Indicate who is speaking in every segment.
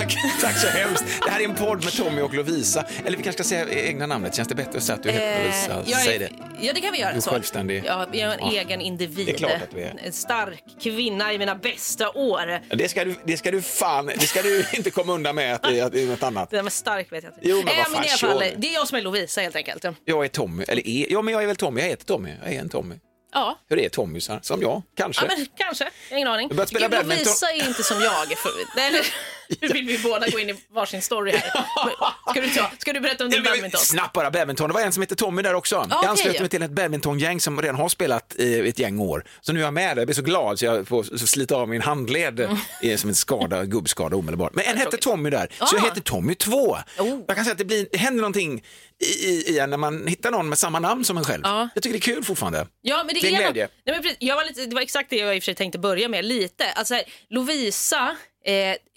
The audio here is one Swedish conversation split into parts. Speaker 1: Tack, tack så hemskt. Det här är en podd med Tommy och Lovisa. Eller vi kanske ska säga e- egna namnet. Känns det bättre att säga att du heter Lovisa?
Speaker 2: Eh, jag är-
Speaker 1: Säg det.
Speaker 2: Ja, det kan vi göra.
Speaker 1: Du är
Speaker 2: så.
Speaker 1: självständig.
Speaker 2: Ja, jag är en
Speaker 1: Ja.
Speaker 2: egen individ.
Speaker 1: Det är klart att du är.
Speaker 2: En stark kvinna i mina bästa år. Det
Speaker 1: Ja, Det ska, du, det ska du fan, det ska du inte komma undan med att det att det är något annat.
Speaker 2: där med stark vet jag inte.
Speaker 1: Jo, men vad
Speaker 2: Eh,
Speaker 1: fan,
Speaker 2: i alla fall,
Speaker 1: kör.
Speaker 2: det är jag som är Lovisa helt enkelt.
Speaker 1: Jag är Tommy, eller är, ja men jag är väl Tommy, jag heter Tommy, jag är en Tommy.
Speaker 2: Ja.
Speaker 1: Hur är Tommysar? Som jag, kanske?
Speaker 2: Ja, men kanske. Jag har ingen aning.
Speaker 1: Jag började spela
Speaker 2: Gud,
Speaker 1: badminton.
Speaker 2: Lovisa är inte som jag. För, nej, eller, nu vill vi båda gå in i varsin story här. Ska du, ta, ska du berätta om
Speaker 1: Nej,
Speaker 2: din
Speaker 1: men-
Speaker 2: badminton?
Speaker 1: Snabbt bara badminton, det var en som hette Tommy där också. Jag
Speaker 2: okej.
Speaker 1: anslöt mig till ett badmintongäng som redan har spelat i ett gäng år. Så nu är jag med där, jag blir så glad så jag får slita av min handled
Speaker 2: Mm.
Speaker 1: eh, som en skada, gubbskada omedelbart. Men en hette Tommy där, så jag
Speaker 2: Ah.
Speaker 1: heter Tommy 2.
Speaker 2: Oh.
Speaker 1: Jag kan säga att det, blir, det händer någonting i, i, i en när man hittar någon med samma namn som en själv.
Speaker 2: Ja.
Speaker 1: Jag tycker det är kul fortfarande.
Speaker 2: Ja, men det,
Speaker 1: Det är
Speaker 2: är
Speaker 1: glädje.
Speaker 2: något- Nej, men precis, jag var lite, det var exakt det jag i och för sig tänkte börja med lite. Alltså här, Lovisa, eh,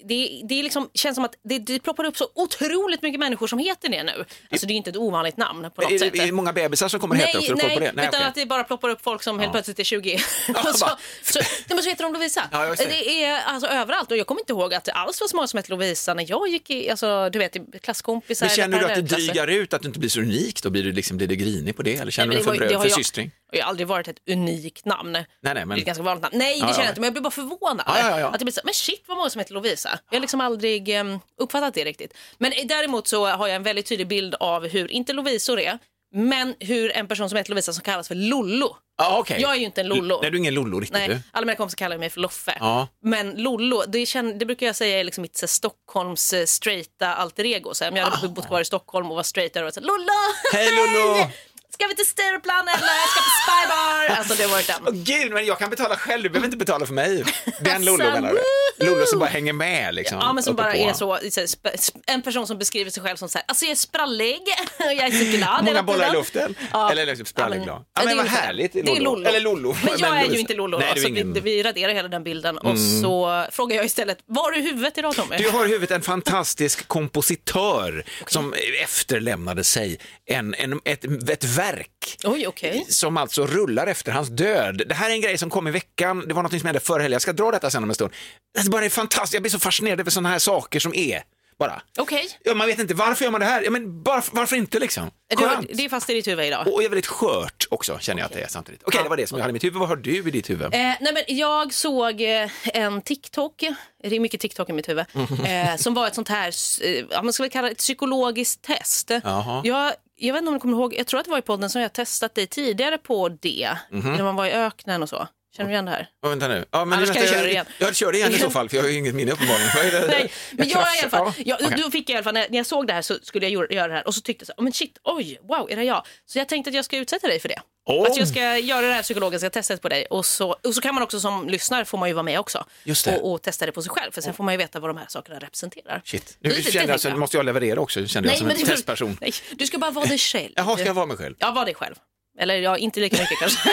Speaker 2: det, det är liksom, känns som att det, det ploppar upp så otroligt mycket människor som heter det nu. Alltså det är ju inte ett ovanligt namn på något
Speaker 1: Är,
Speaker 2: sätt.
Speaker 1: det- är det många bebisar som kommer
Speaker 2: Nej,
Speaker 1: heta också? Har du koll
Speaker 2: nej,
Speaker 1: på det?
Speaker 2: utan
Speaker 1: okej.
Speaker 2: att det bara ploppar upp folk som helt plötsligt är 20.
Speaker 1: Ja,
Speaker 2: och så,
Speaker 1: bara-
Speaker 2: så, nej, men så heter de Lovisa.
Speaker 1: Ja, jag ser.
Speaker 2: det är alltså överallt och jag kommer inte ihåg att det alls var så många som hette Lovisa när jag gick i, alltså, du vet, i klasskompisar.
Speaker 1: Men känner du att det
Speaker 2: parallellklasser.
Speaker 1: drygar ut, att du inte blir så unik då? Blir du, liksom, blir du grinig på det? Eller känner
Speaker 2: Nej,
Speaker 1: du
Speaker 2: men
Speaker 1: för
Speaker 2: det var-
Speaker 1: bröd,
Speaker 2: det har
Speaker 1: för
Speaker 2: jag-
Speaker 1: systring?
Speaker 2: Jag har aldrig varit ett unikt namn.
Speaker 1: nej, men-
Speaker 2: Det är ett ganska vanligt namn. Nej, det
Speaker 1: Ja,
Speaker 2: känner
Speaker 1: ja.
Speaker 2: jag inte, men jag blir bara förvånad.
Speaker 1: Ja, ja, ja.
Speaker 2: Att det blir så, men shit vad många som heter Lovisa. Jag har liksom aldrig em, uppfattat det riktigt. Men eh, däremot så har jag en väldigt tydlig bild av hur, inte Lovisor är, men hur en person som heter Lovisa som kallas för Lollo.
Speaker 1: Ja, okej.
Speaker 2: Jag är ju inte en lollo.
Speaker 1: Nej, du är ingen lollo riktigt.
Speaker 2: Nej,
Speaker 1: Du.
Speaker 2: alla mina kompisar kallar mig för Loffe.
Speaker 1: Ja.
Speaker 2: Men Lollo, det, känner, det brukar jag säga är liksom mitt så här, Stockholms eh, straighta alter ego. Så här, om jag hade bott kvar i Stockholm och var straight där och så här, Lollo!
Speaker 1: Ah. Hej Lollo!
Speaker 2: Ska vi till Stureplan eller ska på Spybar? Alltså det har varit
Speaker 1: Åh
Speaker 2: den.
Speaker 1: gud, men jag kan betala själv, du behöver inte betala för mig. Den Lollo menar du? Lollo som bara hänger med liksom.
Speaker 2: Ja men som
Speaker 1: uppe
Speaker 2: bara
Speaker 1: på.
Speaker 2: är så, så här, sp- sp- en person som beskriver sig själv som så här, alltså jag är sprallig, jag är så glad
Speaker 1: Många
Speaker 2: hela
Speaker 1: bollar i
Speaker 2: tiden."
Speaker 1: luften.
Speaker 2: Ja.
Speaker 1: Eller liksom sprallig glad. Ja,
Speaker 2: det
Speaker 1: men
Speaker 2: är
Speaker 1: vad
Speaker 2: ungefär det.
Speaker 1: härligt,
Speaker 2: Det är
Speaker 1: Lollo.
Speaker 2: Lollo.
Speaker 1: Eller Lollo.
Speaker 2: Men jag är
Speaker 1: Lovisa.
Speaker 2: ju inte Lollo
Speaker 1: Nej,
Speaker 2: då,
Speaker 1: du,
Speaker 2: så
Speaker 1: är ingen... Mm.
Speaker 2: vi, vi raderar hela den bilden och så frågar jag istället, var är huvudet idag Tommy?
Speaker 1: du har i huvudet en fantastisk kompositör som efterlämnade sig en, en, ett, ett verk.
Speaker 2: Oj okej.
Speaker 1: som alltså rullar efter hans död. Det här är en grej som kom i veckan, det var något som hände förra helgen, jag ska dra detta sen om en stund. Det är bara fantastiskt, jag blir så fascinerad över sådana här saker som är, bara.
Speaker 2: Okej,
Speaker 1: Ja, man vet inte, varför gör man det här? Ja, men varf- varför inte liksom? Skönt.
Speaker 2: Du- det är fast i ditt huvud idag.
Speaker 1: Och är väldigt skört också, känner jag att det är samtidigt. Okej, det var det som jag hade i mitt huvud. Vad har du i ditt huvud?
Speaker 2: Eh, nej men jag såg eh, en TikTok, det är mycket TikTok i mitt huvud, eh, som var ett sånt här, eh, ja, man ska väl kalla det ett psykologiskt test.
Speaker 1: Jaha.
Speaker 2: Jag, jag vet inte om du kommer ihåg, jag tror att det var i podden som jag testat dig tidigare på det, när man var i öknen och så. Känner du igen det här?
Speaker 1: Ja, vänta nu. Ja, men
Speaker 2: Annars
Speaker 1: vänta,
Speaker 2: kan jag köra igen.
Speaker 1: Jag kör det igen i så fall, för jag har ju inget minne uppenbarligen. Vad är det?
Speaker 2: Nej, men jag är i alla fall,
Speaker 1: Ja,
Speaker 2: jag,
Speaker 1: okej.
Speaker 2: då fick jag i alla fall, när jag, när jag såg det här så skulle jag gjor- göra det här och så tyckte jag så, här, "Åh, men shit, oj, wow, är det jag? Så jag tänkte att jag ska utsätta dig för det.
Speaker 1: Åh.
Speaker 2: Att jag ska göra det här psykologiska testet på dig och så, och så kan man också som lyssnare får man ju vara med också
Speaker 1: Just det.
Speaker 2: och, och testa det på sig själv för sen får man ju veta vad de här sakerna representerar.
Speaker 1: Shit, nu
Speaker 2: Det- det- det
Speaker 1: känner jag,
Speaker 2: tänkte
Speaker 1: så måste jag leverera också, känner jag som en
Speaker 2: det-
Speaker 1: testperson.
Speaker 2: Nej, du ska bara vara dig själv.
Speaker 1: Jaha, ska jag vara mig själv?
Speaker 2: Ja, var dig själv. Eller ja, inte lika mycket kanske.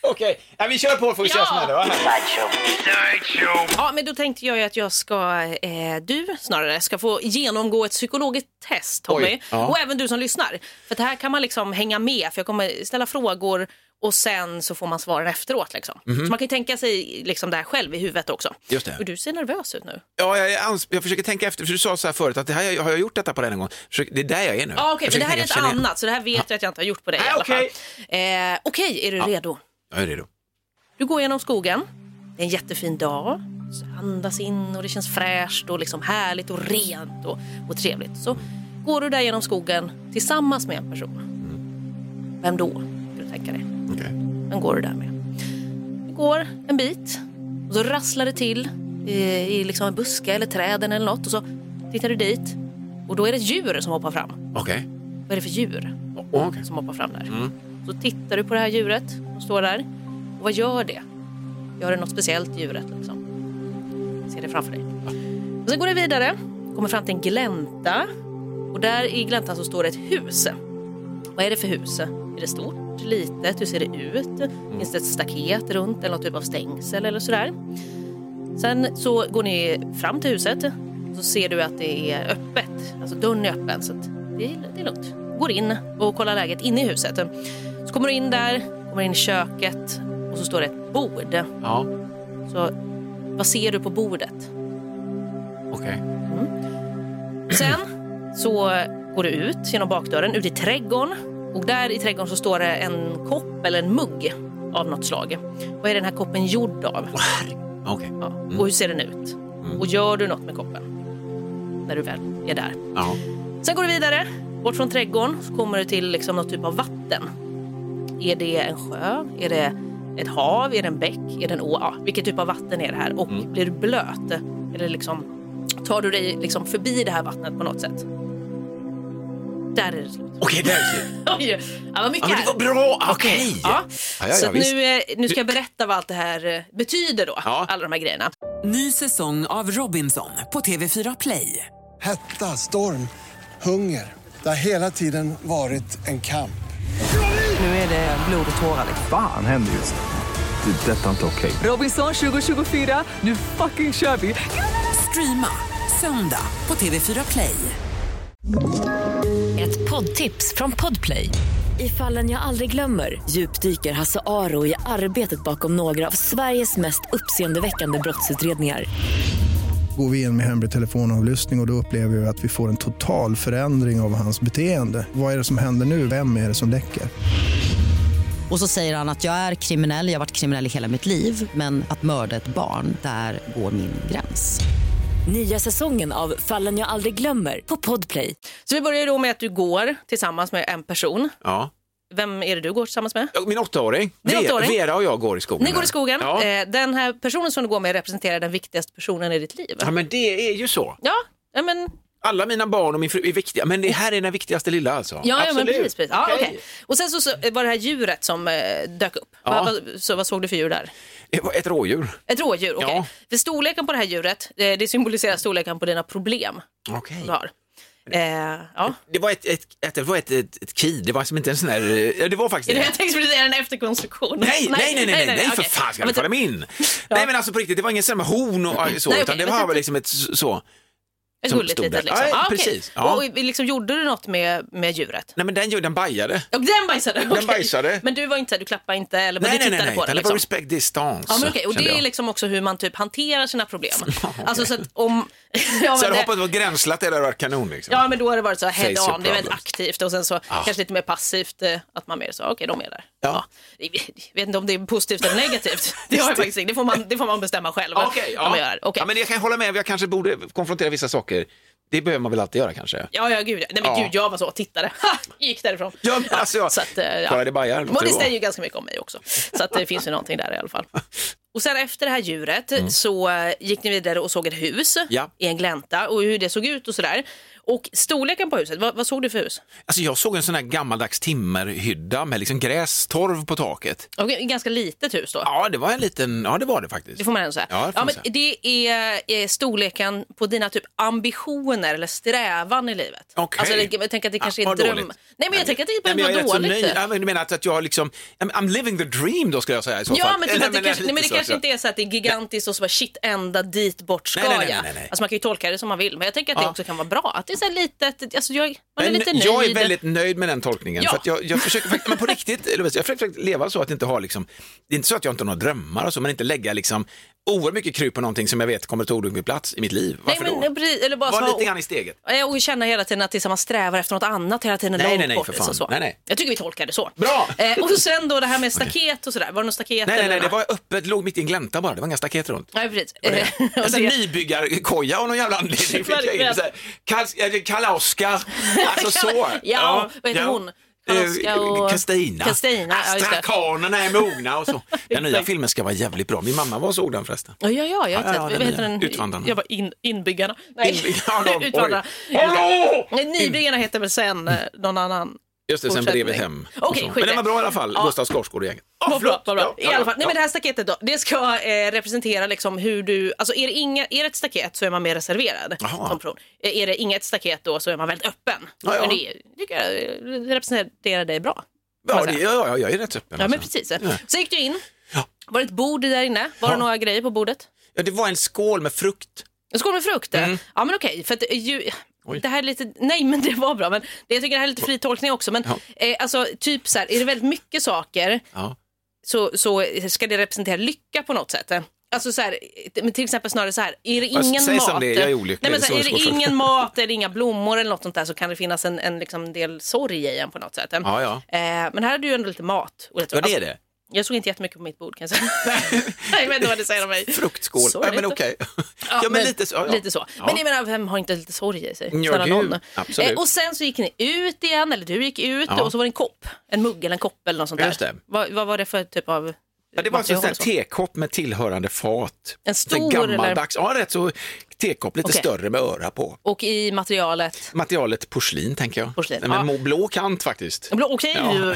Speaker 1: Okej, ja, vi kör på får vi se
Speaker 2: Ja.
Speaker 1: vad som händer. va?
Speaker 2: Ja, men då tänkte jag ju att jag ska, eh, du snarare, ska få genomgå ett psykologiskt test Tommy.
Speaker 1: Oj, ja.
Speaker 2: Och även du som lyssnar. För att här kan man liksom hänga med, för jag kommer ställa frågor och sen så får man svaren efteråt. Liksom. Så man kan ju tänka sig liksom det här själv i huvudet också.
Speaker 1: Just det.
Speaker 2: Och du ser nervös ut nu.
Speaker 1: Ja, jag, är ans- jag försöker tänka efter, för du sa så här förut att det här, har jag gjort detta på den en gång? Försök, det är där jag är nu.
Speaker 2: Ja, okej,
Speaker 1: Jag
Speaker 2: men det här är
Speaker 1: försöker
Speaker 2: ett
Speaker 1: tänka, känner
Speaker 2: annat, så det här vet jag att jag inte har gjort på dig i
Speaker 1: Nej,
Speaker 2: alla
Speaker 1: okej.
Speaker 2: fall. Eh, okej, är du redo?
Speaker 1: Jag Jag är redo.
Speaker 2: Du går genom skogen. Det är en jättefin dag. Så andas in och det känns fräscht och liksom härligt och rent och, och trevligt. Så går du där genom skogen tillsammans med en person. Vem då? Ska du tänka dig.
Speaker 1: Okej.
Speaker 2: Vem går du där med? Du går en bit och så rasslar det till i, i liksom en buske eller träden eller något och så tittar du dit och då är det ett djur som hoppar fram.
Speaker 1: Okej.
Speaker 2: Vad är det för djur?
Speaker 1: Åh, okej. Mm.
Speaker 2: som hoppar fram där. Så tittar du på det här djuret som står där. Och vad gör det? Gör det något speciellt djuret liksom? Ser det framför dig. Och sen går det vidare. kommer fram till en glänta och där i gläntan så står det ett hus. Vad är det för hus? Är det stort? Litet? Hur ser det ut?
Speaker 1: Mm.
Speaker 2: Finns det ett staket runt eller någon typ av stängsel eller sådär? Sen så går ni fram till huset och så ser du att det är öppet. Alltså dörren är öppen så att det, är, det är lugnt. Går in och kollar läget inne i huset. Så kommer du in där, kommer in i köket och så står det ett bord.
Speaker 1: Ja,
Speaker 2: Så vad ser du på bordet?
Speaker 1: okej.
Speaker 2: Sen så går du ut genom bakdörren, ut i trädgården. Och där i trädgården så står det en kopp eller en mugg av något slag. Vad är den här koppen gjord av?
Speaker 1: Okej.
Speaker 2: Ja. Och hur ser den ut? Och gör du något med koppen? När du väl är där.
Speaker 1: Ja.
Speaker 2: Sen går du vidare, bort från trädgården, så kommer du till liksom någon typ av vatten. Är det en sjö? Är det ett hav? Är det en bäck? Är det en å? Ja, vilket typ av vatten är det här? Och
Speaker 1: Mm.
Speaker 2: blir du blöt? Eller liksom, tar du dig liksom förbi det här vattnet på något sätt? Där är det slut.
Speaker 1: Okej, där är det.
Speaker 2: Oj, ja, vad
Speaker 1: Ja,
Speaker 2: mycket
Speaker 1: men det
Speaker 2: här.
Speaker 1: var bra! Okej!
Speaker 2: Ja.
Speaker 1: Ja, ja,
Speaker 2: Så
Speaker 1: ja,
Speaker 2: att
Speaker 1: visst.
Speaker 2: nu, eh, nu ska jag berätta vad allt det här eh, betyder då,
Speaker 1: Ja.
Speaker 2: alla de här grejerna.
Speaker 3: Ny säsong av Robinson på TV4 Play.
Speaker 4: Hetta, storm, hunger. Det har hela tiden varit en kamp.
Speaker 3: Nu är det blod och tårar. liksom.
Speaker 5: Fan händer just nu. Det. är Detta är inte okej.
Speaker 3: Robinson 2024, nu fucking kör vi! Streama söndag på TV4 Play.
Speaker 6: Ett poddtips från Podplay. I fallen jag aldrig glömmer djupdyker Hasse Aro i arbetet bakom några av Sveriges mest uppseendeväckande brottsutredningar.
Speaker 7: Går vi in med hemlig telefonavlyssning och, och då upplever vi att vi får en total förändring av hans beteende. Vad är det som händer nu? Vem är det som läcker?
Speaker 8: Och så säger han att jag är kriminell, jag har varit kriminell i hela mitt liv men att mörda ett barn, där går min gräns.
Speaker 6: Nya säsongen av Fallen jag aldrig glömmer på Podplay.
Speaker 2: Så vi börjar ju då med att du går tillsammans med en person.
Speaker 1: Ja.
Speaker 2: Vem är det du går tillsammans med?
Speaker 1: Ja, Min åttaåring,
Speaker 2: Din
Speaker 1: Ve-
Speaker 2: åttaåring.
Speaker 1: Vera och jag går i skogen.
Speaker 2: Ni går i skogen.
Speaker 1: Ja.
Speaker 2: Eh, Den här personen som du går med representerar den viktigaste personen i ditt liv.
Speaker 1: ja, men det är ju så.
Speaker 2: Ja, ja men,
Speaker 1: Alla mina barn och min fru är viktiga, men det här är den viktigaste lilla alltså.
Speaker 2: ja, ja, men
Speaker 1: Absolut.
Speaker 2: precis. precis. Ja,
Speaker 1: Okej.
Speaker 2: okej. Och sen så, så var det här djuret som eh, dök upp.
Speaker 1: Ja.
Speaker 2: Va, va, så, vad såg du för djur där?
Speaker 1: Det var Ett rådjur.
Speaker 2: Ett rådjur, okej.
Speaker 1: Ja.
Speaker 2: För storleken på det här djuret, eh, det symboliserar storleken på dina problem
Speaker 1: Okej.
Speaker 2: du har. Eh, ja.
Speaker 1: Det var ett, ett, ett, det var ett, ett, ett kid, det var som inte en sån där... eh, Ja, det var faktiskt
Speaker 2: Är det jag tänkte precis, är det en efterkonstruktion?
Speaker 1: Nej, nej, nej, nej, nej, för
Speaker 2: okej.
Speaker 1: fan ska
Speaker 2: Ja,
Speaker 1: du
Speaker 2: men
Speaker 1: falla
Speaker 2: typ-
Speaker 1: mig in? Nej men alltså på riktigt, det var ingen sån med horn och eh, så,
Speaker 2: Nej,
Speaker 1: utan
Speaker 2: okej,
Speaker 1: det
Speaker 2: men
Speaker 1: var
Speaker 2: typ-
Speaker 1: väl liksom ett s- så.
Speaker 2: Ett
Speaker 1: som
Speaker 2: gulligt
Speaker 1: stod
Speaker 2: litet
Speaker 1: där.
Speaker 2: liksom.
Speaker 1: Ja,
Speaker 2: Ja, okej.
Speaker 1: precis. Ja.
Speaker 2: Och, och liksom, gjorde du något med, med djuret?
Speaker 1: Nej men den, ju- den bajade.
Speaker 2: Och den bajsade? okej.
Speaker 1: bajsade.
Speaker 2: Men du var inte, du klappade inte eller bara du
Speaker 1: Nej, nej,
Speaker 2: tittade
Speaker 1: nej, nej.
Speaker 2: på
Speaker 1: utan
Speaker 2: den?
Speaker 1: det var
Speaker 2: Liksom.
Speaker 1: respect distance.
Speaker 2: Ja, men okej. Och
Speaker 1: kände
Speaker 2: det är
Speaker 1: jag.
Speaker 2: liksom också hur man typ hanterar sina problem. Alltså så att om... ja,
Speaker 1: Så jag
Speaker 2: men,
Speaker 1: hade
Speaker 2: det,
Speaker 1: hoppats det var gränslat eller varit kanon liksom.
Speaker 2: ja, men då har det varit så här
Speaker 1: Face your
Speaker 2: head on, det är väldigt
Speaker 1: problems. Ah.
Speaker 2: aktivt och sen så kanske lite mer passivt eh, att man mer så, okej de är där.
Speaker 1: Ja.
Speaker 2: Jag vet inte om det är positivt eller negativt. Det har jag faktiskt inte. Det får man, det får man bestämma själv.
Speaker 1: Okej,
Speaker 2: vad
Speaker 1: ja.
Speaker 2: man gör. Okej.
Speaker 1: ja, men jag kan hålla med, jag kanske borde konfrontera vissa saker. Det behöver man väl alltid göra kanske.
Speaker 2: Ja, ja, gud. ja. Nej, men
Speaker 1: Ja.
Speaker 2: gud, jag var så, tittade, ha, gick därifrån.
Speaker 1: Ja, men alltså jag-
Speaker 2: så att, eh, ja.
Speaker 1: Kolla, det bajar, låter
Speaker 2: Men det
Speaker 1: det vara.
Speaker 2: säger ju ganska mycket om mig också. Så att det finns ju någonting där i alla fall. Och sen efter det här djuret så eh, gick ni vidare och såg ett hus
Speaker 1: Mm. Ja.
Speaker 2: i en glänta och hur det såg ut och sådär. Och storleken på huset, vad, vad såg du för hus?
Speaker 1: Alltså jag såg en sån här gammaldags timmerhydda med liksom grästorv på taket.
Speaker 2: Okej, ett ganska litet hus då.
Speaker 1: Ja, det var en liten, ja det var det faktiskt.
Speaker 2: Det får man ändå säga.
Speaker 1: Ja, det får man
Speaker 2: men det är, är storleken på dina typ ambitioner eller strävan i livet.
Speaker 1: Okej.
Speaker 2: Alltså, jag, jag tänker att det kanske
Speaker 1: Ja,
Speaker 2: är
Speaker 1: vad
Speaker 2: dröm.
Speaker 1: dåligt.
Speaker 2: Nej, men jag tänker att det
Speaker 1: Nej, men
Speaker 2: behöver
Speaker 1: jag
Speaker 2: vara
Speaker 1: är rätt så
Speaker 2: dåligt. typ.
Speaker 1: nöjd. Ja, men du menar att, att jag har liksom, I'm, I'm living the dream då skulle jag säga i så
Speaker 2: Ja,
Speaker 1: fall.
Speaker 2: men, typ
Speaker 1: Eller,
Speaker 2: att det kanske, nej, men det
Speaker 1: lite så att
Speaker 2: kanske
Speaker 1: jag-
Speaker 2: inte är så att det är gigantiskt och så bara shit, ända dit bort ska
Speaker 1: Nej, nej, nej,
Speaker 2: jag.
Speaker 1: nej, nej.
Speaker 2: Alltså man kan ju tolka det som man vill, men jag tänker att det
Speaker 1: Ja.
Speaker 2: också kan vara bra. Att det är så här litet, alltså jag, man är
Speaker 1: Men
Speaker 2: lite nöjd.
Speaker 1: Jag är väldigt nöjd med den tolkningen.
Speaker 2: Ja.
Speaker 1: För att jag, jag försöker fakt- men på riktigt, Lovisa, jag försöker faktiskt leva så att inte ha liksom, det är inte så att jag inte har några drömmar och så, men inte lägga liksom oerhört mycket krut på någonting som jag vet kommer att ta odunklig plats i mitt liv.
Speaker 2: nej,
Speaker 1: Varför
Speaker 2: men,
Speaker 1: då?
Speaker 2: precis, eller bara så
Speaker 1: Var
Speaker 2: här-
Speaker 1: lite grann i steget.
Speaker 2: Ja, Och känna hela tiden att det är som man strävar efter något annat hela tiden.
Speaker 1: Nej,
Speaker 2: långt
Speaker 1: nej, nej,
Speaker 2: bort, liksom
Speaker 1: för fan.
Speaker 2: Så, så.
Speaker 1: Nej, nej.
Speaker 2: Jag tycker vi tolkar det så.
Speaker 1: Bra!
Speaker 2: Eh, och sen då det här med staket och sådär. Var det något staket?
Speaker 1: Nej, nej,
Speaker 2: eller
Speaker 1: nej, det
Speaker 2: något?
Speaker 1: var öppet, låg mitt i en glänta bara, det var inga staket runt.
Speaker 2: Nej, precis. Eh, och
Speaker 1: En sån
Speaker 2: det-
Speaker 1: nybyggarkoja av någon jävla anledning. fick jag in.
Speaker 2: Verkligen.
Speaker 1: Så här, Karl- eh, Karl-Oskar, alltså så. Eh,
Speaker 2: Ja, vad heter hon? Karl-Oskar och-
Speaker 1: Kristina.
Speaker 2: Kristina, ja, just det.
Speaker 1: Astrakanerna är mogna och så. Den nya filmen ska vara jävligt bra. Min mamma var och såg den förresten.
Speaker 2: Ja, ja, ja, jag har
Speaker 1: Ja,
Speaker 2: sett.
Speaker 1: ja,
Speaker 2: Vad
Speaker 1: den
Speaker 2: heter
Speaker 1: är-
Speaker 2: den?
Speaker 1: Utvandrarna.
Speaker 2: Jag var in, inbyggarna. Nej,
Speaker 1: Inbyggarna, de- oj.
Speaker 2: utvandrarna.
Speaker 1: Hallå!
Speaker 2: Nej, Nybyggarna heter väl sen eh, någon annan.
Speaker 1: Just det, sen
Speaker 2: Fortsätt
Speaker 1: brevet
Speaker 2: med.
Speaker 1: hem.
Speaker 2: Okej,
Speaker 1: Och så.
Speaker 2: skit
Speaker 1: Men
Speaker 2: i det.
Speaker 1: den var bra i alla fall,
Speaker 2: Ja.
Speaker 1: Gustav Skarsgård och gänget. Ja,
Speaker 2: Vad bra,
Speaker 1: förlåt.
Speaker 2: vad bra.
Speaker 1: Ja,
Speaker 2: I
Speaker 1: ja,
Speaker 2: alla fall, nej
Speaker 1: ja.
Speaker 2: men det här staketet då, det ska eh, representera liksom hur du, alltså är det, inga, är det ett staket så är man mer reserverad
Speaker 1: Jaha.
Speaker 2: som person. Eh, Är det inget staket då så är man väldigt öppen.
Speaker 1: Ja, ja.
Speaker 2: Men det, tycker jag det representerar dig bra.
Speaker 1: Ja, det, ja, ja, jag är rätt öppen.
Speaker 2: Ja men
Speaker 1: alltså.
Speaker 2: precis.
Speaker 1: Ja.
Speaker 2: Så gick du in, var det ett bord där inne? Var det
Speaker 1: Ja.
Speaker 2: några grejer på bordet?
Speaker 1: Ja, det var en skål med frukt.
Speaker 2: En skål med frukt? eh? Ja men okej, för att eh, ju,
Speaker 1: Mm. Oj.
Speaker 2: det här är lite, nej men det var bra, men det, jag tycker det här är lite fri tolkning också. Men eh, alltså typ så här, är det väldigt mycket saker
Speaker 1: Ja.
Speaker 2: så, så ska det representera lycka på något sätt. Alltså så här, men till exempel snarare så här, är det
Speaker 1: Ja,
Speaker 2: ingen
Speaker 1: säg
Speaker 2: mat,
Speaker 1: som det är, jag är olycklig.
Speaker 2: Nej, men så här, är
Speaker 1: Så-
Speaker 2: det
Speaker 1: så-
Speaker 2: ingen mat eller inga blommor eller något sånt där så kan det finnas en, en liksom del sorg i en på något sätt.
Speaker 1: Ja, ja.
Speaker 2: Eh, men här är det ju ändå lite mat. Och lite-
Speaker 1: Ja, det är
Speaker 2: alltså,
Speaker 1: det.
Speaker 2: Jag såg inte jättemycket på mitt bord kan jag säga. nej, men det var det säger de mig.
Speaker 1: Fruktskål.
Speaker 2: Sorry.
Speaker 1: Ja, men okej. Ja, men lite så. Ja, ja.
Speaker 2: Lite så.
Speaker 1: Ja.
Speaker 2: Men jag menar, vem har inte lite sorg i sig?
Speaker 1: Ja,
Speaker 2: Snälla
Speaker 1: gud.
Speaker 2: någon.
Speaker 1: Absolut.
Speaker 2: Eh, och sen så gick ni ut igen, eller du gick ut
Speaker 1: Ja.
Speaker 2: och så var det en kopp. En mugg eller en kopp eller något sånt där.
Speaker 1: Just det.
Speaker 2: Vad, vad var det för typ av
Speaker 1: Ja, det var alltså en sån här
Speaker 2: material och så?
Speaker 1: tekopp med tillhörande fat.
Speaker 2: En stor
Speaker 1: Så
Speaker 2: eller-
Speaker 1: gammaldags, ja rätt så tekopp, lite
Speaker 2: Okej.
Speaker 1: större med öra på.
Speaker 2: Och i materialet.
Speaker 1: Materialet porslin tänker jag.
Speaker 2: Porslin,
Speaker 1: Nej, men
Speaker 2: ja.
Speaker 1: mo- Blå kant faktiskt.
Speaker 2: Blå- Okej,
Speaker 1: Ja.
Speaker 2: ju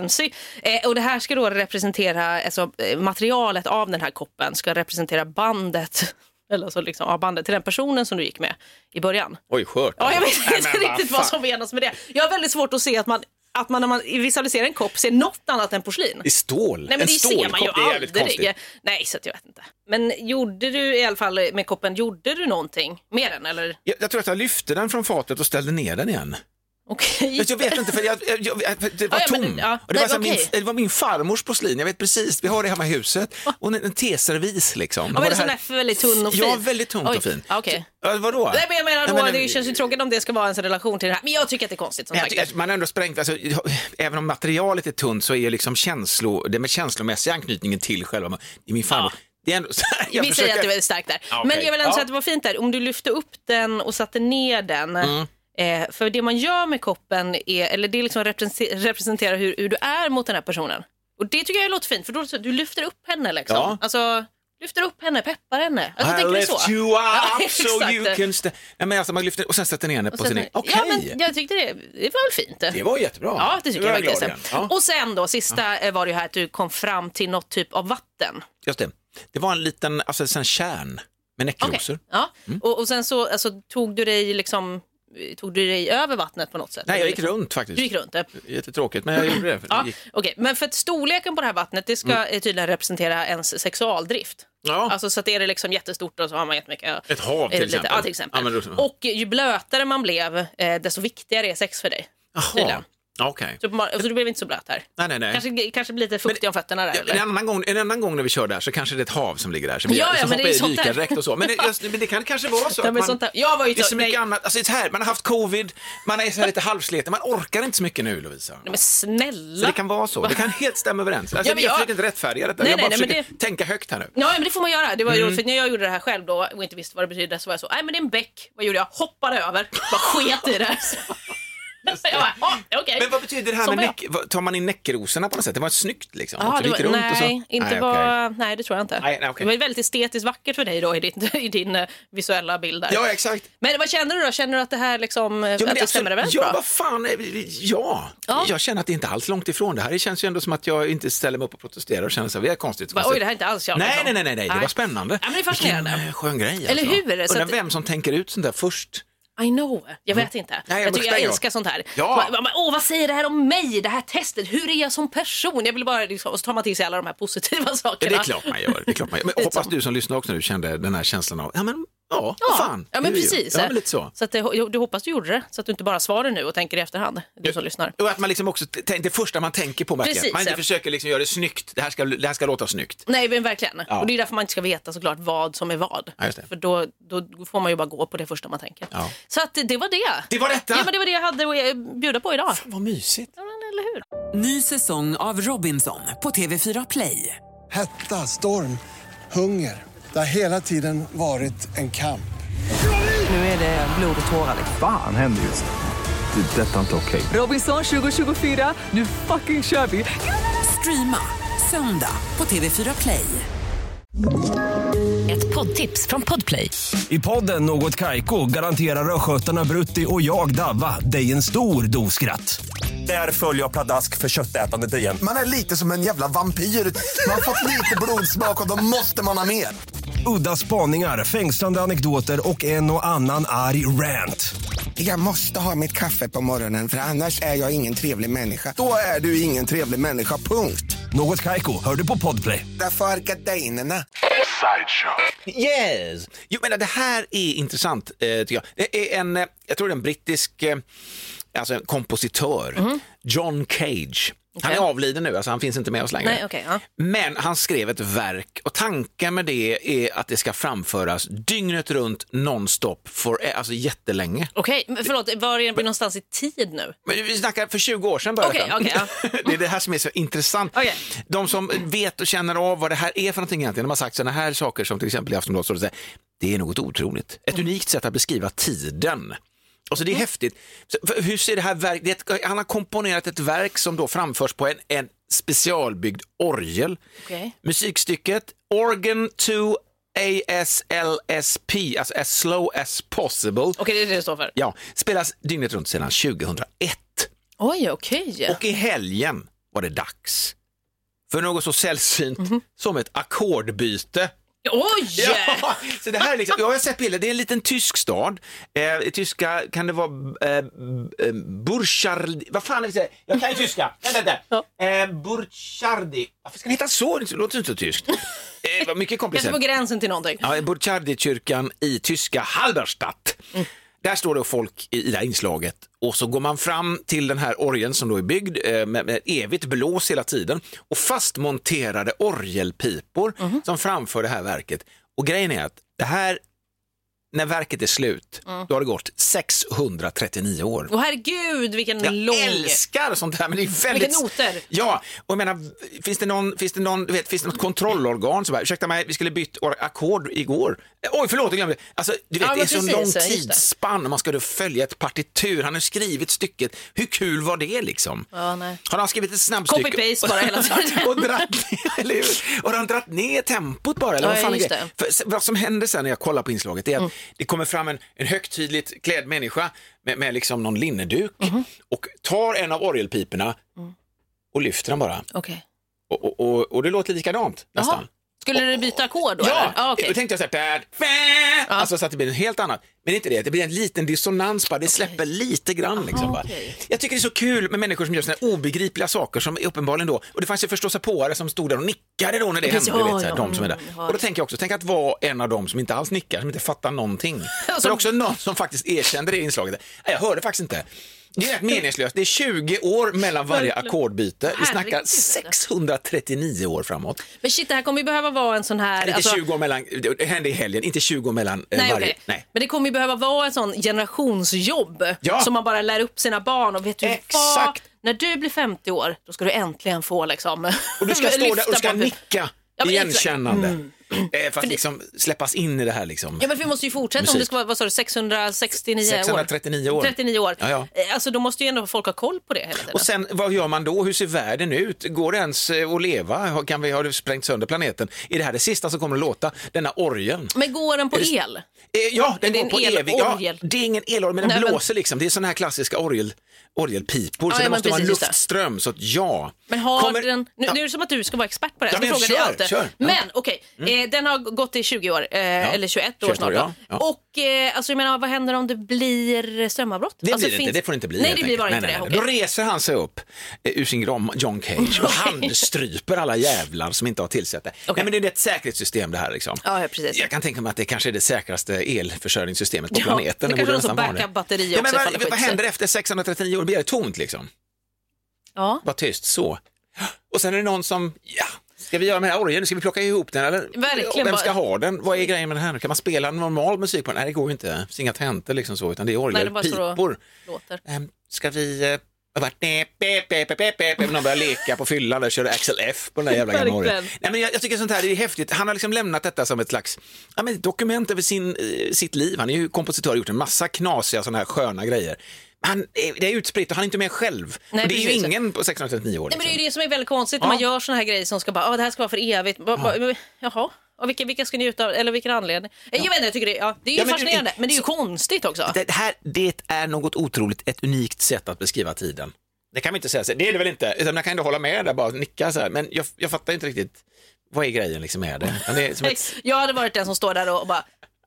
Speaker 2: fancy. Eh, och det här ska då representera, alltså eh, materialet av den här koppen ska representera bandet, eller alltså liksom, ja, bandet till den personen som du gick med i början.
Speaker 1: Oj, skört.
Speaker 2: Ja, jag vet
Speaker 1: Nej,
Speaker 2: inte
Speaker 1: men
Speaker 2: riktigt vad
Speaker 1: fan.
Speaker 2: som menas med det. Jag har väldigt svårt att se att man, att man när man visualiserar en kopp ser något annat än porslin.
Speaker 1: I stål.
Speaker 2: Nej men
Speaker 1: en
Speaker 2: det ser man ju
Speaker 1: stålkopp, det är jävligt
Speaker 2: aldrig.
Speaker 1: konstigt.
Speaker 2: Nej så att jag vet inte. Men gjorde du i alla fall med koppen, gjorde du någonting med den eller?
Speaker 1: Jag, jag tror att jag lyfte den från fatet och ställde ner den igen. Alltså,
Speaker 2: Okej.
Speaker 1: Jag vet inte, för jag, jag, jag, för det var
Speaker 2: Ja, ja,
Speaker 1: tom.
Speaker 2: men- ja.
Speaker 1: Och det,
Speaker 2: Nej,
Speaker 1: var så här min,
Speaker 2: okej.
Speaker 1: det var min farmors porslin, jag vet precis, vi har det hemma i huset. Och en, en teservis liksom.
Speaker 2: Ja,
Speaker 1: Var
Speaker 2: men
Speaker 1: det
Speaker 2: sån
Speaker 1: här-
Speaker 2: här väldigt tunn och fin.
Speaker 1: Ja, väldigt tunn
Speaker 2: Oj,
Speaker 1: och fin.
Speaker 2: ja, Okej.
Speaker 1: Ja, vadå?
Speaker 2: Nej men jag menar
Speaker 1: Ja,
Speaker 2: då,
Speaker 1: men-
Speaker 2: det känns ju tråkigt om det ska vara ens relation till det här. Men jag tycker att det är konstigt som
Speaker 1: Men jag
Speaker 2: sagt.
Speaker 1: tycker att man har ändå sprängt, alltså, även om materialet är tunt så är ju liksom känslo, det med känslomässiga anknytningen till själva, det är min farmor. Det är ändå, jag
Speaker 2: Vi säger att det är väldigt starkt där.
Speaker 1: Ja,
Speaker 2: Men
Speaker 1: okej.
Speaker 2: jag vill ändå säga
Speaker 1: Ja.
Speaker 2: att det var fint där. Om du lyfte upp den och satte ner den.
Speaker 1: Mm.
Speaker 2: Eh, för det man gör med koppen är, eller det liksom represe- representerar hur, hur du är mot den här personen. Och det tycker jag låter fint för då så, du lyfter upp henne liksom.
Speaker 1: Ja.
Speaker 2: Alltså, lyfter upp henne, peppar henne. Alltså,
Speaker 1: I
Speaker 2: tänker du
Speaker 1: lift
Speaker 2: så?
Speaker 1: you up
Speaker 2: Ja,
Speaker 1: so
Speaker 2: exakt.
Speaker 1: you can sta- Nej, men alltså, man lyfter, Och sen sätter ner henne på
Speaker 2: Och
Speaker 1: sin
Speaker 2: sen-
Speaker 1: egen. Okej,
Speaker 2: Ja, men jag tyckte det, det var väl fint.
Speaker 1: det var jättebra.
Speaker 2: Ja, det tycker
Speaker 1: Nu
Speaker 2: jag
Speaker 1: är glad
Speaker 2: verkligen. sen.
Speaker 1: igen. Ja,
Speaker 2: Och sen då, sista eh, var det ju här att du kom fram till något typ av vatten.
Speaker 1: Just det. Det var en liten, alltså en sån här kärn med
Speaker 2: Okej.
Speaker 1: näckrosor.
Speaker 2: Ja.
Speaker 1: Mm.
Speaker 2: Och, och sen så alltså, tog du dig liksom, eh, tog du dig över vattnet på något sätt?
Speaker 1: Nej,
Speaker 2: Eller
Speaker 1: jag gick
Speaker 2: liksom-
Speaker 1: runt faktiskt.
Speaker 2: Du gick runt? eh.
Speaker 1: Jättetråkigt, men jag gjorde det. För
Speaker 2: Ja,
Speaker 1: det gick. Mm.
Speaker 2: okej. Men för att storleken på det här vattnet, det ska eh, tydligen representera ens sexualdrift.
Speaker 1: Ja.
Speaker 2: Alltså så att är det liksom jättestort och så har man jättemycket. ja.
Speaker 1: Ett hav, till
Speaker 2: Eh, lite-
Speaker 1: exempel.
Speaker 2: Ja, till exempel.
Speaker 1: Ja, men då-
Speaker 2: Och ju blötare man blev, eh, desto viktigare är sex för dig.
Speaker 1: Jaha,
Speaker 2: tydligen.
Speaker 1: okej.
Speaker 2: Så, på mar- så du blev inte så blöt här.
Speaker 1: Nej, nej, nej.
Speaker 2: Kanske, kanske blir lite fuktig om fötterna där.
Speaker 1: Ja,
Speaker 2: eller?
Speaker 1: en, annan gång, en annan gång när vi kör där så kanske det är ett hav som ligger där. Som vi-
Speaker 2: Ja, ja,
Speaker 1: som
Speaker 2: men det är
Speaker 1: hoppar i
Speaker 2: sånt där.
Speaker 1: dykardräkt och så. Men det, just, men det kan kanske vara så.
Speaker 2: Ja,
Speaker 1: att
Speaker 2: men sånt där. Jag var ju
Speaker 1: det är
Speaker 2: så-
Speaker 1: så mycket
Speaker 2: nej.
Speaker 1: annat. Alltså, det är så här, man har haft covid, man är så här lite halvsleten, man orkar inte så mycket nu Lovisa.
Speaker 2: Nej, Men
Speaker 1: Så
Speaker 2: snälla.
Speaker 1: det kan vara så. Det kan helt stämma överens. Alltså,
Speaker 2: Ja, men
Speaker 1: jag,
Speaker 2: jag-
Speaker 1: försöker inte rättfärdiga detta.
Speaker 2: Nej,
Speaker 1: jag bara
Speaker 2: nej, nej, men
Speaker 1: försöker tänka högt här nu.
Speaker 2: Ja, men det får man göra. Det var ju
Speaker 1: Mm.
Speaker 2: för när jag gjorde det här själv då och inte visste vad det betydde så var jag så, nej men det är en bäck. Vad gjorde jag? Hoppade över. Bara sket i det. jag bara, ja, okej.
Speaker 1: Men vad betyder det här
Speaker 2: Så
Speaker 1: med
Speaker 2: var Eh, jag.
Speaker 1: näck? vad- Tar man in näckrosorna på något sätt? Det var snyggt liksom.
Speaker 2: Ja,
Speaker 1: Att
Speaker 2: det
Speaker 1: du
Speaker 2: var,
Speaker 1: gick runt
Speaker 2: nej,
Speaker 1: och så.
Speaker 2: inte
Speaker 1: nej, okej.
Speaker 2: vad, nej, det tror jag inte.
Speaker 1: Nej, nej,
Speaker 2: Det
Speaker 1: okej.
Speaker 2: var ju väldigt estetiskt vackert för dig då i din, i din eh, visuella bild där.
Speaker 1: Ja, exakt.
Speaker 2: Men vad känner du då? Känner du att det här liksom, eh,
Speaker 1: men alltså,
Speaker 2: att det stämmer överens
Speaker 1: ja,
Speaker 2: bra?
Speaker 1: vad fan, eh, ja.
Speaker 2: Ja.
Speaker 1: Jag känner att det inte är alls långt ifrån det här. Det känns ju ändå som att jag inte ställer mig upp och protesterar och känner så här, vi är konstigt.
Speaker 2: Bara,
Speaker 1: konstigt.
Speaker 2: oj, det här är inte alls jag,
Speaker 1: Nej,
Speaker 2: liksom.
Speaker 1: nej, nej, nej, nej, det
Speaker 2: Nej.
Speaker 1: var spännande.
Speaker 2: Ja, men det är fascinerande.
Speaker 1: Vilken eh, skön grej alltså.
Speaker 2: Eller hur? Så
Speaker 1: Undrar
Speaker 2: att-
Speaker 1: vem som tänker ut sånt där först.
Speaker 2: I know, jag vet inte.
Speaker 1: Mm. Nej,
Speaker 2: jag
Speaker 1: men
Speaker 2: tycker jag
Speaker 1: stäng av.
Speaker 2: älskar sånt här.
Speaker 1: Ja.
Speaker 2: Man- man- man- Åh, vad säger det här om mig? Det här testet, hur är jag som person? Jag vill bara liksom, och så tar man till sig alla de här positiva
Speaker 1: Ja,
Speaker 2: sakerna.
Speaker 1: det är klart man gör. Det är klart man gör. Men
Speaker 2: Lite
Speaker 1: hoppas
Speaker 2: så.
Speaker 1: du som lyssnar också nu kände den här känslan av, ja men, ja, vad fan.
Speaker 2: ja men
Speaker 1: det är ju-
Speaker 2: precis.
Speaker 1: Ja, men lite så.
Speaker 2: att det, jag, du hoppas du gjorde det, så att du inte bara svarar nu och tänker i efterhand, du som lyssnar.
Speaker 1: Och att man liksom också, tänk- det första man tänker på verkligen,
Speaker 2: Precis,
Speaker 1: man inte
Speaker 2: ja.
Speaker 1: försöker liksom göra det snyggt, det här ska, det här ska låta snyggt.
Speaker 2: Nej, men verkligen.
Speaker 1: Ja.
Speaker 2: Och det är därför man inte ska veta såklart vad som är vad.
Speaker 1: Ja, just det.
Speaker 2: För då, då får man ju bara gå på det första man tänker.
Speaker 1: Ja.
Speaker 2: Så att det var det.
Speaker 1: Det var detta!
Speaker 2: Ja, men det var det jag hade att eh, bjuda på idag.
Speaker 1: Vad mysigt.
Speaker 2: Ja, men eller hur?
Speaker 3: Ny säsong av Robinson på TV4 Play.
Speaker 4: Hetta, storm, hunger. Det har hela tiden varit en kamp.
Speaker 3: Nu är det blod och tårar. liksom.
Speaker 5: Fan händer just det. Det är detta inte okej.
Speaker 3: Robinson 2024, nu fucking kör vi! Streama söndag på TV4 Play.
Speaker 6: Ett poddtips från Podplay.
Speaker 9: I podden Något Kaiko garanterar östgötarna Brutti och jag, Davva, dig en stor dos skratt. Där följer jag pladask för köttätandet igen.
Speaker 10: Man är lite som en jävla vampyr. Man har fått lite blodsmak och då måste man ha mer.
Speaker 9: Udda spaningar, fängslande anekdoter och en och annan arg rant.
Speaker 10: Jag måste ha mitt kaffe på morgonen för annars är jag ingen trevlig människa. Då är du ingen trevlig människa, punkt.
Speaker 9: Något kajko, hör du på podplay.
Speaker 10: Därför är gardinerna.
Speaker 1: Yes! Jo, men det här är intressant, eh, tycker jag. Det är en, eh, jag tror det är en brittisk eh, alltså en kompositör, John Cage. Han är
Speaker 2: Mhm. Okej.
Speaker 1: avliden nu, alltså han finns inte med oss längre.
Speaker 2: Nej, okej, ja.
Speaker 1: Men han skrev ett verk och tanken med det är att det ska framföras dygnet runt, nonstop, for, eh, alltså jättelänge.
Speaker 2: Okej, men förlåt, var är vi någonstans i tid nu?
Speaker 1: Men vi snackar för 20 år sedan började
Speaker 2: Okej,
Speaker 1: den.
Speaker 2: okej,
Speaker 1: Det är det här som är så intressant.
Speaker 2: Okej.
Speaker 1: De som vet och känner av vad det här är för någonting egentligen, de har sagt sådana här saker som till exempel i Aftonbladet, står det så här, det är något otroligt. Ett
Speaker 2: Mm.
Speaker 1: unikt sätt att beskriva tiden. Och så det är häftigt. Så, för hur ser det här verk, det är ett, han har komponerat ett verk som då framförs på en, en specialbyggd orgel.
Speaker 2: Okej.
Speaker 1: Musikstycket Organ 2 ASLSP, alltså as slow as possible.
Speaker 2: Okej, det är det det står för.
Speaker 1: Ja, spelas dygnet runt sedan 2001.
Speaker 2: Oj, okej.
Speaker 1: Och i helgen var det dags för något så sällsynt som ett ackordbyte.
Speaker 2: Oj!
Speaker 1: Ja, så det här är liksom, jag har sett bilder, det är en liten tysk stad. Eh, I tyska kan det vara eh, eh, Burchardi, vad fan är det? vi säger? Jag kan ju tyska, vänta vänta. Eh, Burchardi, varför ska den heta så? Det låter ju inte så tyskt. Eh, vad mycket
Speaker 2: Kanske
Speaker 1: komplicerat.
Speaker 2: på gränsen till någonting.
Speaker 1: Ja, Burchardikyrkan i tyska Halberstadt. Där står det folk i i det här inslaget och så går man fram till den här orgeln som då är byggd eh, med, med evigt blås hela tiden och fastmonterade orgelpipor som framför det här verket. Och grejen är att det här, när verket är slut, då har det gått 639 år.
Speaker 2: Åh herregud, vilken
Speaker 1: Jag
Speaker 2: lång...
Speaker 1: älskar sånt här. Men det är väldigt...
Speaker 2: Vilka noter.
Speaker 1: Ja, och jag menar, finns det, någon, finns det, någon, du vet, finns det något kontrollorgan som bara, ursäkta mig, vi skulle bytt or- ackord igår. Eh, Oj, förlåt, jag glömde. Alltså, du vet,
Speaker 2: Ja,
Speaker 1: det är
Speaker 2: men
Speaker 1: så
Speaker 2: precis,
Speaker 1: lång
Speaker 2: ja, just det.
Speaker 1: tidsspann och man ska då följa ett partitur. Han har skrivit stycket. Hur kul var det liksom?
Speaker 2: Ja, nej.
Speaker 1: Har han skrivit ett snabbstycke?
Speaker 2: Copy-paste bara hela tiden.
Speaker 1: och dratt ner, eller hur? Och har han dratt ner tempot bara? Eller
Speaker 2: Ja,
Speaker 1: vad, fan är
Speaker 2: just Mm.
Speaker 1: grejen? För, s- vad som händer sen när jag kollar på inslaget är att det kommer fram en, en högtidligt klädd människa med, med liksom någon linneduk
Speaker 2: Mhm.
Speaker 1: och tar en av orgelpiporna
Speaker 2: Mm.
Speaker 1: och lyfter den bara.
Speaker 2: Okej.
Speaker 1: Och, och, och, och det låter likadant nästan.
Speaker 2: Jaha. Skulle du byta ackord då?
Speaker 1: Ja,
Speaker 2: eller? ah, okej. Ah.
Speaker 1: då tänkte jag så här, där, fä, alltså så att det blir en helt annat. Men det är inte det, det blir en liten dissonans bara, det släpper lite grann. Liksom, bara.
Speaker 2: okej.
Speaker 1: Jag tycker det är så kul med människor som gör såna här obegripliga saker som uppenbarligen då, och det fanns ju förståsigpåare som stod där och nickade då när det
Speaker 2: Precis,
Speaker 1: hände. du
Speaker 2: ja,
Speaker 1: vet, så här,
Speaker 2: ja,
Speaker 1: de som är där.
Speaker 2: mm, ja.
Speaker 1: Och då tänker jag också, tänk att vara en av dem som inte alls nickar, som inte fattar någonting.
Speaker 2: som-
Speaker 1: För också någon som faktiskt erkände det i inslaget, nej jag hörde faktiskt inte. Det är rätt meningslöst, det är 20 år mellan varje
Speaker 2: Verkligen.
Speaker 1: ackordbyte. Vi snackar
Speaker 2: Herregud. alltså.
Speaker 1: 639 år framåt.
Speaker 2: Men shit, det här kommer ju behöva vara en sån här...
Speaker 1: Nej, inte
Speaker 2: alltså-
Speaker 1: 20 år mellan, det hände i helgen, inte 20 år mellan eh,
Speaker 2: Nej,
Speaker 1: varje.
Speaker 2: okej.
Speaker 1: Nej.
Speaker 2: Men det kommer ju behöva vara en sån generationsjobb
Speaker 1: Ja.
Speaker 2: som man bara lär upp sina barn och vet du vad?
Speaker 1: Exakt.
Speaker 2: När du blir 50 år, då ska du äntligen få liksom...
Speaker 1: Och du ska stå där och du
Speaker 2: lyfta
Speaker 1: ska
Speaker 2: på-
Speaker 1: nicka
Speaker 2: Ja, men exakt. Mm.
Speaker 1: igenkännande. Eh, för att
Speaker 2: det-
Speaker 1: liksom släppas in i det här liksom.
Speaker 2: Ja men för vi måste ju fortsätta om
Speaker 1: Musik.
Speaker 2: det ska vara, vad sa du, 669
Speaker 1: 639 år.
Speaker 2: 39 år.
Speaker 1: Ja, ja.
Speaker 2: Eh, Alltså då måste ju ändå folk ha koll på det hela tiden.
Speaker 1: Och sen, vad gör man då? Hur ser världen ut? Går det ens eh, att leva? Har- Kan vi, har det sprängt sönder planeten? Är det här det sista som kommer att låta? Denna orgeln?
Speaker 2: Men går den på
Speaker 1: Är det-
Speaker 2: el?
Speaker 1: Eh, ja, den
Speaker 2: det är
Speaker 1: går på
Speaker 2: en
Speaker 1: evig... Ja,
Speaker 2: elorgel.
Speaker 1: det är ingen elorgel, men den
Speaker 2: Nej, men-
Speaker 1: blåser liksom. Det är sådana här klassiska orgel, orgelpipor,
Speaker 2: Ja,
Speaker 1: så
Speaker 2: ja,
Speaker 1: det
Speaker 2: men
Speaker 1: måste vara en
Speaker 2: precis, just det.
Speaker 1: luftström. Så att ja.
Speaker 2: Men har
Speaker 1: Kommer-
Speaker 2: den... Nu,
Speaker 1: Ja.
Speaker 2: nu är det som att du ska vara expert på det här.
Speaker 1: Ja,
Speaker 2: så
Speaker 1: men
Speaker 2: frågar jag
Speaker 1: kör,
Speaker 2: alltid.
Speaker 1: kör. Ja.
Speaker 2: Men okej, eh, den har gått i 20 år, eh, eller 21 år
Speaker 1: 21 år,
Speaker 2: snart.
Speaker 1: ja, ja.
Speaker 2: Och eh, alltså jag menar, vad händer om det blir strömavbrott?
Speaker 1: Det
Speaker 2: alltså,
Speaker 1: blir det
Speaker 2: finns-
Speaker 1: inte, det får det inte bli.
Speaker 2: Nej,
Speaker 1: helt
Speaker 2: det blir bara
Speaker 1: enkelt.
Speaker 2: inte
Speaker 1: Nej, nej,
Speaker 2: det.
Speaker 1: nej.
Speaker 2: okej.
Speaker 1: Då reser han sig upp eh, ur sin gram, John Cage, och handstryper alla jävlar som inte har tillsett det.
Speaker 2: Okej.
Speaker 1: Nej, men det är ett säkerhetssystem det här. Liksom.
Speaker 2: Ja, ja, precis.
Speaker 1: Jag kan tänka mig att det kanske är det säkraste elförsörjningssystemet på
Speaker 2: Ja,
Speaker 1: planeten.
Speaker 2: det kanske
Speaker 1: borde
Speaker 2: är någon som
Speaker 1: nästan vara det.
Speaker 2: backup-batteri
Speaker 1: ja,
Speaker 2: också
Speaker 1: men
Speaker 2: ifall det
Speaker 1: vad, vad
Speaker 2: skiter sig.
Speaker 1: händer efter 639 år? Blir det tomt liksom?
Speaker 2: Ja.
Speaker 1: Bara tyst så. Och sen är det någon som, ja, ska vi göra med den här orgeln? Ska vi plocka ihop den? Eller?
Speaker 2: Verkligen,
Speaker 1: Vem ska
Speaker 2: bara-
Speaker 1: ha den? Vad är grejen med den här? Kan man spela normal musik på den? Nej, det går ju inte. Det finns inga tentor liksom så, utan det är
Speaker 2: Nej, det bara står och-
Speaker 1: orgelpipor.
Speaker 2: Låter.
Speaker 1: Ehm, ska vi... eh, och bara, nej, pe, pe, pe, pe, pe, pe. Någon börjar leka på fyllan där körde Axel F på den där jävla gamla
Speaker 2: Verkligen.
Speaker 1: orgeln. Nej, men jag, jag tycker sånt här det är häftigt. Han har liksom lämnat detta som ett slags ja, men ett dokument över sin, eh, sitt liv. Han är ju kompositör och gjort en massa knasiga sådana här sköna grejer. Men Han, eh, det är utspritt och han är inte med själv.
Speaker 2: Nej,
Speaker 1: och det är ju
Speaker 2: precis.
Speaker 1: ingen på 639 år.
Speaker 2: Nej, men det är
Speaker 1: liksom.
Speaker 2: ju det som är väldigt konstigt när
Speaker 1: Ja.
Speaker 2: man gör såna här grejer som ska bara, ah, det här ska vara för evigt. Ba, ba, Jaha. Och vilka, vilka ska njuta av, eller vilken anledning? Eh, Jag vet inte, jag tycker det, ja, det är ju
Speaker 1: Ja, men det-
Speaker 2: fascinerande, men det är ju konstigt också.
Speaker 1: det här det är något otroligt, ett unikt sätt att beskriva tiden. Det kan man inte säga, så. det är det väl inte. Utan man kan ändå hålla med där, bara nicka så här. Men jag, jag fattar inte riktigt, vad är grejen liksom med det? Men det är som ett,
Speaker 2: Jag hade varit den som står där och bara,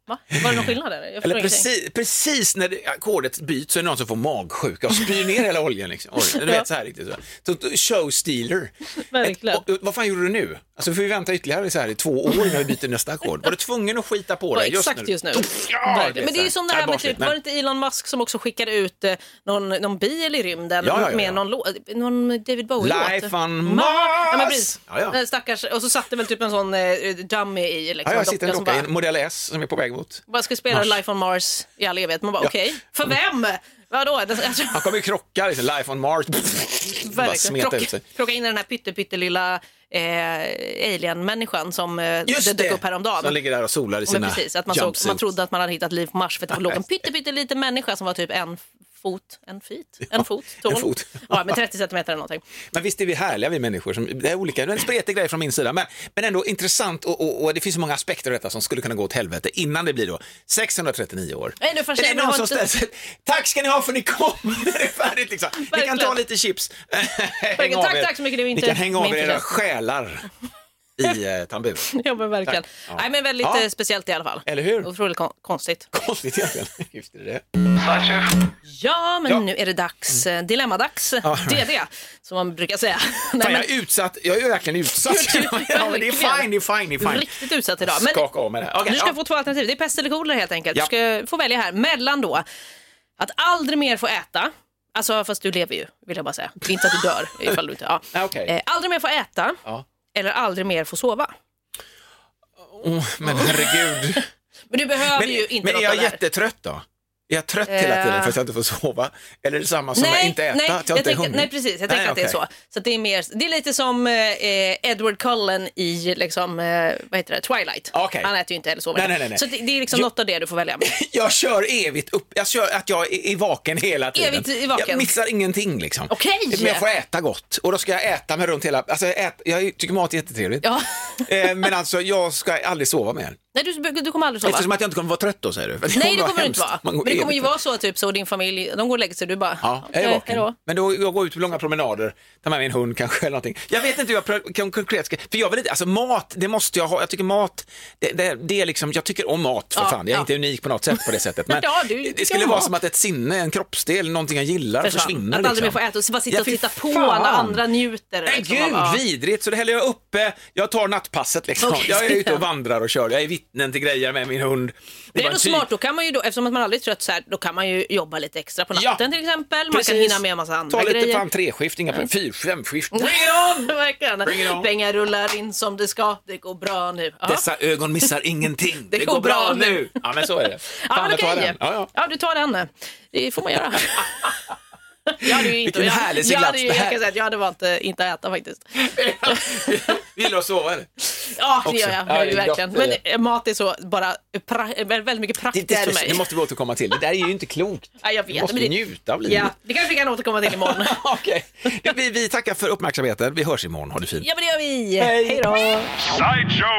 Speaker 2: va? Var det någon skillnad eller? Jag förstår
Speaker 1: eller
Speaker 2: ingenting.
Speaker 1: precis, precis när det- ackordet byts så är det någon som får magsjuka och spyr ner hela oljan. Liksom. Oj, Du vet så här riktigt. Så. Så, show stealer.
Speaker 2: Verkligen.
Speaker 1: Och, och, vad fan gjorde du nu? Alltså får vi vänta ytterligare så här i två år innan vi byter nästa ackord? Var du tvungen att skita på
Speaker 2: Ja,
Speaker 1: det
Speaker 2: exakt just nu.
Speaker 1: Ja,
Speaker 2: Verkligen. men det är ju
Speaker 1: så
Speaker 2: som
Speaker 1: här.
Speaker 2: det här med,
Speaker 1: barnsligt.
Speaker 2: typ, var det inte Elon Musk som också skickade ut eh, någon, någon bil i rymden
Speaker 1: Ja, ja, ja, ja.
Speaker 2: med någon, låt- någon David Bowie-låt?
Speaker 1: Life on
Speaker 2: Ja, men
Speaker 1: Mars!
Speaker 2: precis.
Speaker 1: Ja, ja.
Speaker 2: Eh, Stackars, och så satt det väl typ en sån eh, dummy i.
Speaker 1: Ja,
Speaker 2: Liksom,
Speaker 1: jag sitter i en
Speaker 2: som
Speaker 1: docka i en
Speaker 2: bara-
Speaker 1: modell S som är på väg mot.
Speaker 2: Bara ska spela
Speaker 1: Mars.
Speaker 2: Life on Mars i all evighet. Man bara
Speaker 1: Ja.
Speaker 2: okej, för vem? Vadå? Den- Alltså,
Speaker 1: Han kommer ju krocka, liksom, Life on Mars. Bara
Speaker 2: verkligen.
Speaker 1: smeta
Speaker 2: Krocka,
Speaker 1: ut sig.
Speaker 2: krocka in i den här pytte, pyttelilla eh, alien-människan som eh, det dök upp häromdagen.
Speaker 1: Som ligger där och solar i
Speaker 2: Ja, men
Speaker 1: sina
Speaker 2: precis, att man, såg, man
Speaker 1: jumpsuits.
Speaker 2: trodde att man hade hittat liv på Mars för att det låg en pytteliten människa som var typ en fot, en fit, en fot, tål.
Speaker 1: en fot.
Speaker 2: Ja, med 30 centimeter eller någonting.
Speaker 1: Men visst är vi härliga vi människor, som, det är olika, det är en spretig grej från min sida, men, men ändå intressant och, och, och det finns så många aspekter av detta som skulle kunna gå åt helvete innan det blir då 639 år.
Speaker 2: Nej, nu får jag
Speaker 1: är
Speaker 2: säga,
Speaker 1: det
Speaker 2: men
Speaker 1: någon
Speaker 2: det
Speaker 1: som
Speaker 2: var
Speaker 1: ställer
Speaker 2: inte-
Speaker 1: sig, tack ska ni ha för ni kom, det är färdigt liksom. Ni kan
Speaker 2: Verkligen.
Speaker 1: ta lite chips. Häng av
Speaker 2: Tack,
Speaker 1: er.
Speaker 2: tack så mycket, det var
Speaker 1: Ni
Speaker 2: inte
Speaker 1: kan hänga av
Speaker 2: min
Speaker 1: er era
Speaker 2: förtjänst.
Speaker 1: själar i eh, tamburen.
Speaker 2: Ja, men verkligen.
Speaker 1: Tack. Ja.
Speaker 2: Nej, men väldigt
Speaker 1: Ja.
Speaker 2: eh, speciellt i alla fall.
Speaker 1: Eller hur?
Speaker 2: Otroligt kon- konstigt.
Speaker 1: Konstigt egentligen. Just det.
Speaker 2: Ja, men
Speaker 1: Ja. Mm.
Speaker 2: nu är det dags. eh, Dilemmadags. Det är det, som man brukar säga. Nej,
Speaker 1: Fan,
Speaker 2: men-
Speaker 1: jag är utsatt, jag är ju verkligen utsatt. ja, men det är fine, det är fine, det är fine.
Speaker 2: Riktigt utsatt idag. Men
Speaker 1: Skaka av med det. Okej,
Speaker 2: du ska
Speaker 1: ja.
Speaker 2: få två alternativ. Det är pest eller kolera helt enkelt.
Speaker 1: Ja.
Speaker 2: Du ska få välja här mellan då att aldrig mer få äta, alltså fast du lever ju vill jag bara säga. Det är inte att du dör ifall du inte... Ja.
Speaker 1: Ja, Ah, okej.
Speaker 2: Eh, aldrig mer få äta
Speaker 1: Ja.
Speaker 2: eller aldrig mer få sova.
Speaker 1: Åh, men herregud.
Speaker 2: Men du behöver ju
Speaker 1: Men,
Speaker 2: inte
Speaker 1: men är
Speaker 2: något
Speaker 1: jag
Speaker 2: av det här.
Speaker 1: jättetrött då? Är jag trött hela
Speaker 2: Eh.
Speaker 1: tiden för att jag inte får sova? Eller är det samma som att inte äta?
Speaker 2: nej,
Speaker 1: att jag inte är
Speaker 2: tänker,
Speaker 1: hungrig?
Speaker 2: nej precis, jag tänker att det är
Speaker 1: okej.
Speaker 2: så. så att det, är mer, det är lite som eh, Edward Cullen i liksom, eh, vad heter det? Twilight.
Speaker 1: Okej.
Speaker 2: Han äter ju inte eller sover.
Speaker 1: Nej, nej, nej, nej.
Speaker 2: Så det, det är liksom
Speaker 1: Jo.
Speaker 2: något av det du får välja.
Speaker 1: Jag kör evigt upp, jag kör att jag är är vaken hela tiden.
Speaker 2: Evigt i vaken.
Speaker 1: Jag missar ingenting liksom.
Speaker 2: Okej.
Speaker 1: Men jag får äta gott och då ska jag äta mig runt hela, alltså jag, äter, jag tycker mat är jättetrevligt.
Speaker 2: Ja.
Speaker 1: Eh, Men alltså jag ska aldrig sova mer.
Speaker 2: Nej, du, du kommer aldrig sova.
Speaker 1: Eftersom att jag inte kommer vara trött då säger du. För
Speaker 2: Nej, det
Speaker 1: vara
Speaker 2: kommer du inte
Speaker 1: hemskt.
Speaker 2: vara.
Speaker 1: Man
Speaker 2: Men
Speaker 1: går
Speaker 2: det kommer
Speaker 1: evigt
Speaker 2: ju
Speaker 1: trött.
Speaker 2: vara så typ så din familj, de går och lägger sig och du bara,
Speaker 1: Ja, jag är
Speaker 2: "Okej,
Speaker 1: vaken.
Speaker 2: hejdå."
Speaker 1: Men då jag går ut på långa promenader, tar med min hund kanske eller någonting. Jag vet inte hur jag pr- kan konkret ska, för jag vill inte, alltså mat, det måste jag ha, jag tycker mat, det, det, det är liksom, jag tycker om mat för
Speaker 2: Ja,
Speaker 1: fan, jag är
Speaker 2: ja.
Speaker 1: inte unik på något sätt på det sättet. Men
Speaker 2: Ja, du tycker
Speaker 1: det skulle
Speaker 2: om
Speaker 1: vara
Speaker 2: mat.
Speaker 1: som att ett sinne, en kroppsdel, någonting jag gillar
Speaker 2: Försvann.
Speaker 1: försvinner.
Speaker 2: Att aldrig mer få
Speaker 1: liksom.
Speaker 2: äta och så bara sitta
Speaker 1: Ja,
Speaker 2: och
Speaker 1: fy
Speaker 2: titta på
Speaker 1: fan.
Speaker 2: när andra njuter.
Speaker 1: Nej
Speaker 2: liksom,
Speaker 1: gud,
Speaker 2: av- ja.
Speaker 1: vidrigt! Så det häller jag uppe, jag tar nattpasset liksom.
Speaker 2: Okej.
Speaker 1: Jag är ute och vandrar och kör, jag är vittnen till grejer med min hund.
Speaker 2: Det är
Speaker 1: bara
Speaker 2: då
Speaker 1: en typ.
Speaker 2: smart, då kan man ju då, eftersom att man aldrig är trött så här, då kan man ju jobba lite extra på
Speaker 1: Ja.
Speaker 2: natten till exempel. Man kan
Speaker 1: Precis.
Speaker 2: hinna med en massa andra
Speaker 1: Ta lite
Speaker 2: grejer.
Speaker 1: fan treskift, inga fyr, femskift.
Speaker 2: Verkligen.
Speaker 1: Bring it on.
Speaker 2: Pengar rullar in som det ska, det går bra nu. Ja.
Speaker 1: Dessa ögon missar ingenting.
Speaker 2: Det går bra nu.
Speaker 1: Ja, men så är det.
Speaker 2: Ja, men
Speaker 1: jag tar
Speaker 2: okej.
Speaker 1: den. Ja, ja.
Speaker 2: ja, du tar den. Det får man göra. Jag hade ju inte,
Speaker 1: Vilken
Speaker 2: jag,
Speaker 1: härlig
Speaker 2: jag,
Speaker 1: seglats
Speaker 2: hade ju,
Speaker 1: det
Speaker 2: jag
Speaker 1: här-
Speaker 2: kan säga att jag hade valt eh, inte att äta faktiskt.
Speaker 1: Vi Gillar att sova eller?
Speaker 2: Ja, det
Speaker 1: Också.
Speaker 2: gör jag. Det
Speaker 1: Ja,
Speaker 2: gör jag
Speaker 1: det är
Speaker 2: verkligen.
Speaker 1: gott,
Speaker 2: Men
Speaker 1: det är
Speaker 2: eh, mat är så bara pra- eh, väldigt mycket
Speaker 1: Det,
Speaker 2: praktiskt
Speaker 1: där
Speaker 2: för
Speaker 1: är,
Speaker 2: mig.
Speaker 1: det måste vi återkomma till. Det där är ju inte klokt.
Speaker 2: Ja, jag vet,
Speaker 1: du måste
Speaker 2: men det-
Speaker 1: njuta av livet.
Speaker 2: Ja, det kanske vi kan återkomma till imorgon.
Speaker 1: Okej. Du, Vi, vi tackar för uppmärksamheten. Vi hörs imorgon. Ha det fint.
Speaker 2: Ja, men det gör vi. Hej då.